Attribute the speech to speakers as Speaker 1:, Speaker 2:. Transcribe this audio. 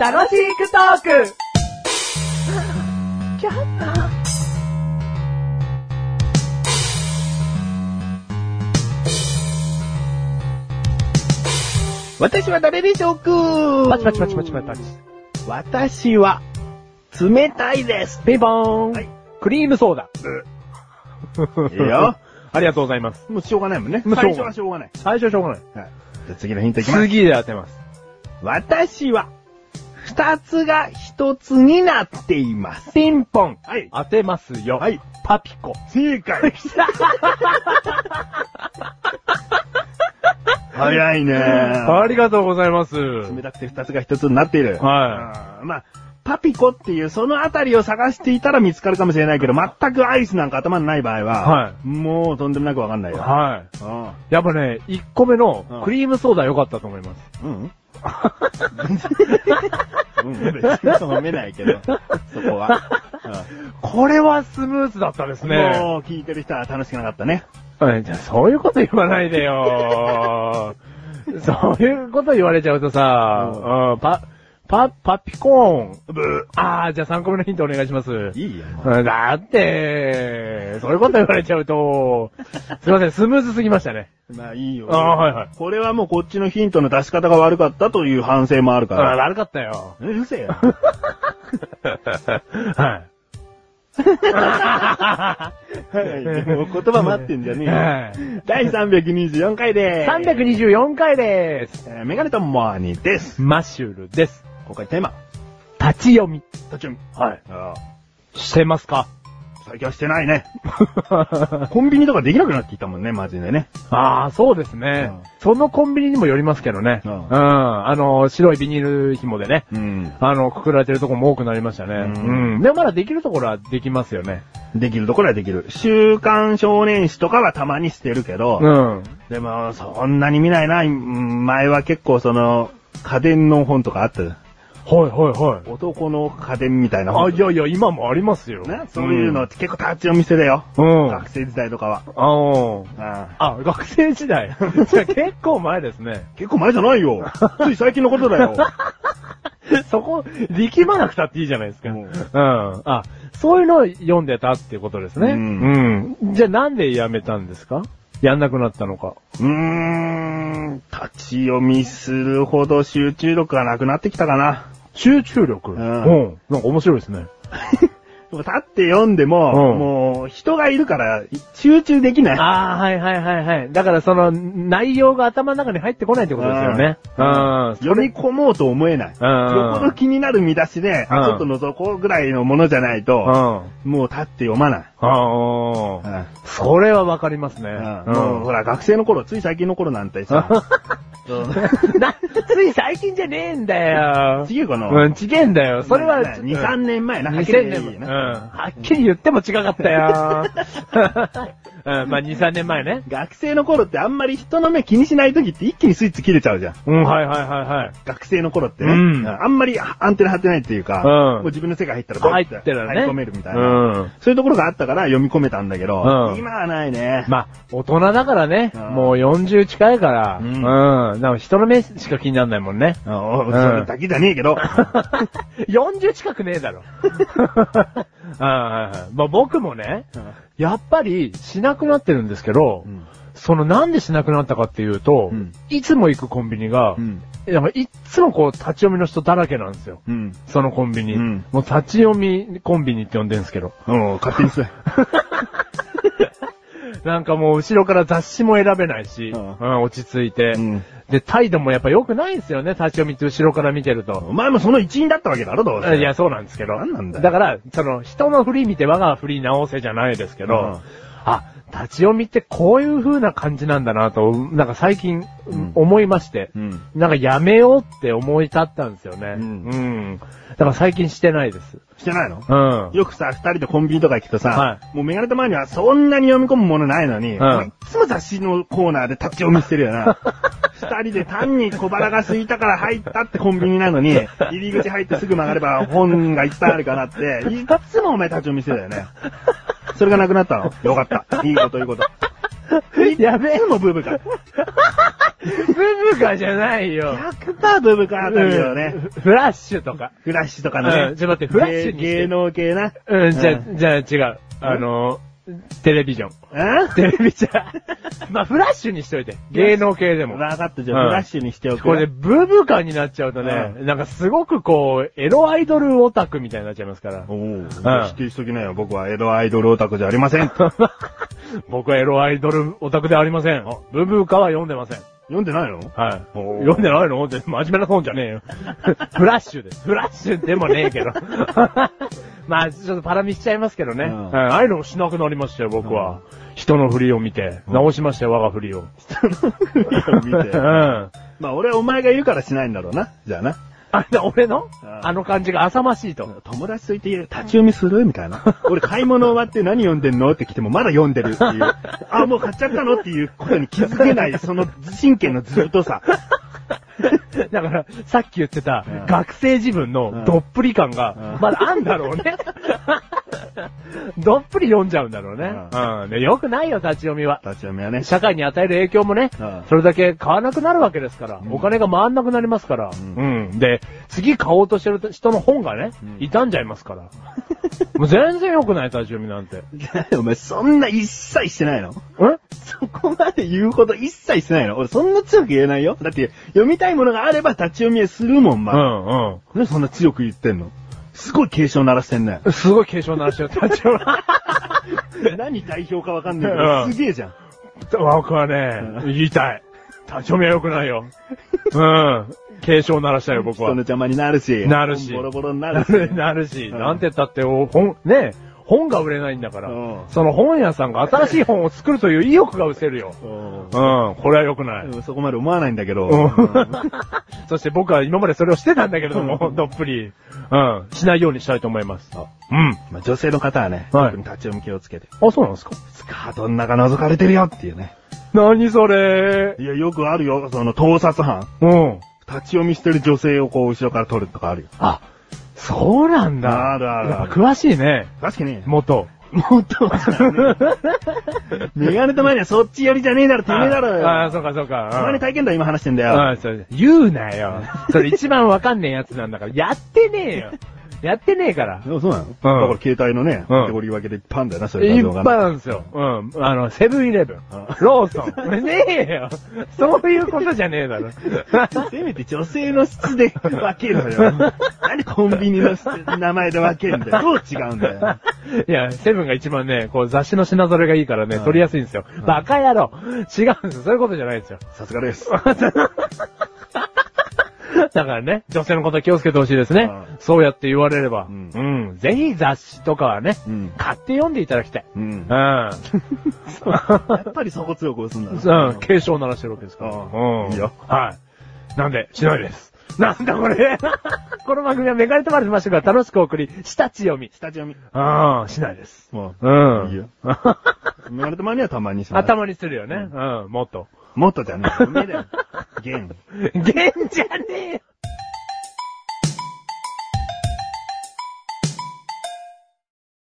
Speaker 1: 楽しくトーク
Speaker 2: 私は誰でしょうか
Speaker 1: パチパチパチパチパチパチ。
Speaker 2: 私は、冷たいです。
Speaker 1: ピンポーン、
Speaker 2: はい
Speaker 1: クリームソーダ。
Speaker 2: いいよ。
Speaker 1: ありがとうございます。
Speaker 2: もうしょうがないもんね。
Speaker 1: もうしょうがない
Speaker 2: 最初はしょうがない。
Speaker 1: 最初はしょうがない。
Speaker 2: はい。じゃあ次のヒントいきます。
Speaker 1: 次で当てます。
Speaker 2: 私は、二つが一つになっています。
Speaker 1: ピンポン
Speaker 2: はい。
Speaker 1: 当てますよ。
Speaker 2: はい。
Speaker 1: パピコ。
Speaker 2: 正 解。早いね
Speaker 1: ありがとうございます。
Speaker 2: 冷たくて二つが一つになっている。。
Speaker 1: はい
Speaker 2: まあ、パピコっていうそのあたりを探していたら見つかるかもしれないけど、全くアイスなんか頭にない場合は、
Speaker 1: は
Speaker 2: もうとんでもなくわかんないよ。
Speaker 1: は
Speaker 2: うん
Speaker 1: い。やっぱね、1個目の
Speaker 2: うん
Speaker 1: クリームソーダ良かったと思います。
Speaker 2: うん。うん、別に飲めないけど、そこは。
Speaker 1: これはスムーズだったです
Speaker 2: うん、
Speaker 1: ね。
Speaker 2: もう聞いてる人は楽しくなかったね。
Speaker 1: はいじゃあそういうこと言わないで よ。そういうこと言われちゃうとさ、
Speaker 2: うん
Speaker 1: うんパ、パ、パピコーン。
Speaker 2: ブ
Speaker 1: あー、じゃあ3個目のヒントお願いします。
Speaker 2: ー。いいよ。
Speaker 1: うんだって、そういうこと言われちゃうと、すいません、スムーズすぎましたね。
Speaker 2: まあいいよ。
Speaker 1: あーはいはい
Speaker 2: これはもうこっちのヒントの出し方が悪かったという反省もあるか
Speaker 1: あー
Speaker 2: ら。
Speaker 1: 悪かったよ。
Speaker 2: うるせえよ。
Speaker 1: はい。
Speaker 2: もう言 葉待ってんじゃねえよ。
Speaker 1: はい
Speaker 2: 第324回でーす。
Speaker 1: 324回でーす。
Speaker 2: えーメガネとモアニです。
Speaker 1: マッシュルです。
Speaker 2: 今回テーマ、
Speaker 1: 立ち読み。
Speaker 2: 途中。
Speaker 1: はい。
Speaker 2: ああ、
Speaker 1: してますか
Speaker 2: 最近はしてないね。コンビニとかできなくなってきたもんね、マジでね。
Speaker 1: ああ、そうですね、
Speaker 2: うん
Speaker 1: そのコンビニにもよりますけどね。
Speaker 2: う
Speaker 1: うんん。あの、白いビニール紐でね。
Speaker 2: うん。
Speaker 1: あの、くくられてるとこも多くなりましたね。
Speaker 2: うん
Speaker 1: うん。でもまだできるところはできますよね。
Speaker 2: できるところはできる。週刊少年誌とかはたまにしてるけど、
Speaker 1: うん。
Speaker 2: でも、そんなに見ないな。うん前は結構その、家電の本とかあったじゃん。
Speaker 1: はいはいはい。
Speaker 2: 男の家電みたいな
Speaker 1: あ、
Speaker 2: 本。
Speaker 1: いやいや、今もありますよ。
Speaker 2: ね、そういうのって結構立ち読みしてたよ。
Speaker 1: うん。うん。
Speaker 2: 学生時代とかは。
Speaker 1: あ
Speaker 2: ああ
Speaker 1: あ、学生時 代。じゃあ結構前ですね。
Speaker 2: 結構前じゃないよ。つい最近のことだ よ。
Speaker 1: そこ、力まなくたっていいじゃないですか。
Speaker 2: う
Speaker 1: うんん。あ、そういうのを読んでたっていうことですね。
Speaker 2: う
Speaker 1: うん。じゃあなんでやめたんですかやんなくなったのか。
Speaker 2: うーん、立ち読みするほど集中力がなくなってきたかな。
Speaker 1: 集中力。
Speaker 2: ん
Speaker 1: うん。なんか面白いです ね。
Speaker 2: でも立って読んでも、
Speaker 1: うん
Speaker 2: もう人がいるから集中できない。
Speaker 1: ああ、はいはいはいはい。だからその内容が頭の中に入ってこないってことですよね。うん。
Speaker 2: 読み込もうと思えない。よ
Speaker 1: うん
Speaker 2: ほど気になる見出しで、あちょ
Speaker 1: う
Speaker 2: っ
Speaker 1: ん
Speaker 2: と覗こうぐらいのものじゃないと、
Speaker 1: うん。
Speaker 2: もう立って読まない。う
Speaker 1: ああ。
Speaker 2: ん
Speaker 1: それはわかりますね。
Speaker 2: もうほら、学生の頃、つい最近の頃なんてさ、うん
Speaker 1: な、つい最近じゃねえんだよ。
Speaker 2: 違うかな
Speaker 1: うん、ちげえんだよ。それは、
Speaker 2: 2、3年前な、はっきり言
Speaker 1: 2000
Speaker 2: えば
Speaker 1: 年
Speaker 2: いい
Speaker 1: 前。うん。
Speaker 2: な
Speaker 1: はっきり言っても違かっ たよ。うん、まあ2、3年前ね。
Speaker 2: 学生の頃ってあんまり人の目気にしない時って一気にスイッチ切れちゃうじゃん。
Speaker 1: うん、はいはいはいはい。
Speaker 2: 学生の頃ってね、
Speaker 1: うん
Speaker 2: あんまりアンテナ張ってないっていうか、
Speaker 1: うん
Speaker 2: もう自分の世界入ったらボ
Speaker 1: 入
Speaker 2: ッ
Speaker 1: っててるね。
Speaker 2: 入り込めるみたいな、
Speaker 1: うん。
Speaker 2: そういうところがあったから読み込めたんだけど、
Speaker 1: うん
Speaker 2: 今はないね。
Speaker 1: まあ、大人だからね、
Speaker 2: うん
Speaker 1: もう40近いから、
Speaker 2: う
Speaker 1: うんん。なから人の目しか気にならないもんね。
Speaker 2: おう
Speaker 1: うん
Speaker 2: それだけじゃねえけど。
Speaker 1: 40近くねえだろ。 ああ、まあ僕もね、やっぱりしなくなってるんですけど、
Speaker 2: うん
Speaker 1: そのなんでしなくなったかっていうと、
Speaker 2: うん
Speaker 1: いつも行くコンビニが、
Speaker 2: うん
Speaker 1: やっぱいっつもこう立ち読みの人だらけなんですよ。
Speaker 2: うん。
Speaker 1: そのコンビニ。
Speaker 2: うん
Speaker 1: もう立ち読みコンビニって呼んでるんですけど。
Speaker 2: うん、勝手にする。
Speaker 1: なんかもう後ろから雑誌も選べないし、
Speaker 2: うん
Speaker 1: うん落ち着いて、
Speaker 2: うん
Speaker 1: で、態度もやっぱ良くないんですよね、立ち読みって後ろから見てると。
Speaker 2: お前もその一員だったわけだろ、どうせ。
Speaker 1: いや、そうなんですけど。
Speaker 2: なんなんだよ
Speaker 1: だから、その、人の振り見て我が振り直せじゃないですけど、
Speaker 2: うん
Speaker 1: あ、立ち読みってこういう風な感じなんだなと、なんか最近、
Speaker 2: うん
Speaker 1: 思いまして、
Speaker 2: うん。
Speaker 1: なんかやめようって思い立ったんですよね。
Speaker 2: うん
Speaker 1: うんだから最近してないです。
Speaker 2: してないの
Speaker 1: うん。
Speaker 2: よくさ、二人でコンビニとか行くとさ、
Speaker 1: は
Speaker 2: もうメガネと前にはそんなに読み込むものないのに、
Speaker 1: ん
Speaker 2: もういつも雑誌のコーナーで立ち読みしてるよな。 二人で単に小腹が空いたから入ったってコンビニなのに、 入り口入ってすぐ曲がれば本がいっぱいあるかなって、いつもお前立ち読みしてたよね。それがなくなったの。よかった。いいこといいこと。い
Speaker 1: やべえ
Speaker 2: つもブーブーか。
Speaker 1: ブブカじゃないよ。
Speaker 2: 100%ブブカあたりだよね。
Speaker 1: フラッシュとか。
Speaker 2: フラッシュとかの
Speaker 1: う
Speaker 2: ね
Speaker 1: ん、。ちょっと待って、フラッシュにして。
Speaker 2: 芸芸能系な。
Speaker 1: うん、じゃ
Speaker 2: う
Speaker 1: あ、じゃあ違う。あの、テレビジョン。
Speaker 2: う
Speaker 1: テレビじゃ、まあ、フラッシュにしといて。芸能系で
Speaker 2: ん
Speaker 1: も。
Speaker 2: わかった、じゃあ
Speaker 1: うん
Speaker 2: フラッシュにしておく。
Speaker 1: これ、ブブカになっちゃうとね、なんかすごくこう、エロアイドルオタクみたいになっちゃいま すから。
Speaker 2: おう否定しときなよ。僕はエロアイドルオタクじゃありません。
Speaker 1: 僕はエロアイドルオタクではありません。ブブカは読んでません。
Speaker 2: 読んでないの
Speaker 1: はい。
Speaker 2: おー
Speaker 1: 読んでないのって真面目な本じ ゃねえよ。フラッシュです。フラッシュでもねえけど。まあ、ちょっとパラ見しちゃいますけどね。
Speaker 2: う
Speaker 1: うんんああいうのもしなくなりましたよ、僕は。人の振りを見て、直しましたよ、我が振りを。
Speaker 2: 見
Speaker 1: う
Speaker 2: て。
Speaker 1: ん。
Speaker 2: まあ俺はお前がいるからしないんだろうな。じゃあな。
Speaker 1: あ、で俺の
Speaker 2: うん
Speaker 1: あの感じが浅ましいと。
Speaker 2: 友達といて立ち読みするみたいな。 俺買い物終わって何読んでんのって来てもまだ読んでるって いう。あ、もう買っちゃったのっていうことに気づけない、その神経のずっとさ。
Speaker 1: だから、さっき言ってた
Speaker 2: うん、
Speaker 1: 学生自分
Speaker 2: うん
Speaker 1: のどっぷり感
Speaker 2: う
Speaker 1: が
Speaker 2: ん、
Speaker 1: まだあんだろ うね。どっぷり読んじゃうんだろうね。うん。でよくないよ、立ち読みは。
Speaker 2: 立ち読みはね。
Speaker 1: 社会に与える影響もね
Speaker 2: うん、
Speaker 1: それだけ買わなくなるわけですから、お金が回んなくなりますか
Speaker 2: ん
Speaker 1: ら、うんで、次買おうとしてる人の本がね
Speaker 2: うん、
Speaker 1: 傷んじゃいますから。もう全然良くない、立ち読みなんて。
Speaker 2: お前そんな一切してないの
Speaker 1: え
Speaker 2: そこまで言うこと一切してないの俺そんな強く言えないよ。だって読みたいものがあれば立ち読みはするもん、
Speaker 1: う
Speaker 2: まあ。
Speaker 1: んうん。
Speaker 2: なんでそんな強く言ってんのすごい警鐘鳴らしてんね。
Speaker 1: すごい警鐘鳴らしてる、立ち読み。
Speaker 2: 何代表かわかんないけど、
Speaker 1: うん
Speaker 2: すげえじゃん。
Speaker 1: 僕はね、言いたい。立ち読みは良くない よ。うん。警鐘鳴らしたよ、僕
Speaker 2: 人の
Speaker 1: は。
Speaker 2: 邪魔になるし。
Speaker 1: なるし
Speaker 2: ボロボロ にな
Speaker 1: な
Speaker 2: るし。
Speaker 1: るなるし、
Speaker 2: うん
Speaker 1: なんて言ったって、お本、ね、本が売れないんだから
Speaker 2: うん、
Speaker 1: その本屋さんが新しい本を作るという意欲が失せるよ。
Speaker 2: うん
Speaker 1: うん、これは良くない。
Speaker 2: うんそこまで思わないんだけど。
Speaker 1: うん
Speaker 2: うん
Speaker 1: そして僕は今までそれをしてたんだけれど も、どっぷり、うん、しないようにしたいと思います。
Speaker 2: あ
Speaker 1: うん。
Speaker 2: まあ女性の方はね、
Speaker 1: はい
Speaker 2: 特に立ち読み気をつけて、
Speaker 1: あ、そうなんですか
Speaker 2: スカートの中覗かれてるよっていうね。
Speaker 1: 何それ
Speaker 2: いや、よくあるよ、その盗撮犯。
Speaker 1: うん。
Speaker 2: 立ち読みしてる女性をこう、後ろから撮るとかあるよ。
Speaker 1: あ、そうなんだ。
Speaker 2: あるあるある
Speaker 1: やっぱ詳しいね、
Speaker 2: 確 かに、
Speaker 1: 元。
Speaker 2: もっと、メガネと前にはそっち寄りじゃねえだろ、てめえだろ
Speaker 1: ああ、
Speaker 2: よ。
Speaker 1: そうかそうか。
Speaker 2: お前
Speaker 1: う
Speaker 2: の
Speaker 1: ん
Speaker 2: 体験談今話してんだよ。
Speaker 1: うん、そう言うなよ。それ一番わかんねえやつなんだから。やってねえよ。やってねえから。
Speaker 2: でもそうなの、だから携帯のね、
Speaker 1: うん
Speaker 2: カテゴリー分けでいっぱいあるんだよな、それ
Speaker 1: いっ
Speaker 2: 画像
Speaker 1: ぱ
Speaker 2: が
Speaker 1: い
Speaker 2: ね。
Speaker 1: なんですよ。うん。あの、セブンイレブン
Speaker 2: あ。
Speaker 1: ローソン。ねえよ。そういうことじゃねえだろ。
Speaker 2: せめて女性の質で分けろよ。 なんでコンビニの質名前で分けるんだよ。どう違うんだよ。
Speaker 1: いや、セブンが一番ね、こう雑誌の品揃えがいいからね、
Speaker 2: ん
Speaker 1: 取りやすいんですよ。バカ野郎違うんですよ。そういうことじゃないんですよ。
Speaker 2: さすがです。
Speaker 1: だからね、女性のことは気をつけてほしいですね
Speaker 2: うん。
Speaker 1: そうやって言われれば。
Speaker 2: う
Speaker 1: うんん。ぜひ雑誌とかはね
Speaker 2: うん、
Speaker 1: 買って読んでいただきたい。
Speaker 2: うん
Speaker 1: う。ん。
Speaker 2: やっぱりそこ強く押すんだな。
Speaker 1: うん、警鐘を鳴らしてるわけですから。
Speaker 2: うん
Speaker 1: うん。
Speaker 2: いいよ
Speaker 1: はい。なんで、しないです。なんだこれ この番組はメガネとマルでましたから楽しくお送り、したち読み。
Speaker 2: スタジオ見。
Speaker 1: ああ、しないです。
Speaker 2: も
Speaker 1: う
Speaker 2: う、
Speaker 1: ん。
Speaker 2: いいよ。生まれたまにはたまにします。
Speaker 1: 頭にす るよね。うん、もっと。
Speaker 2: もっとじゃねえ。おめえだよ。ゲン。
Speaker 1: ゲンじゃねえよ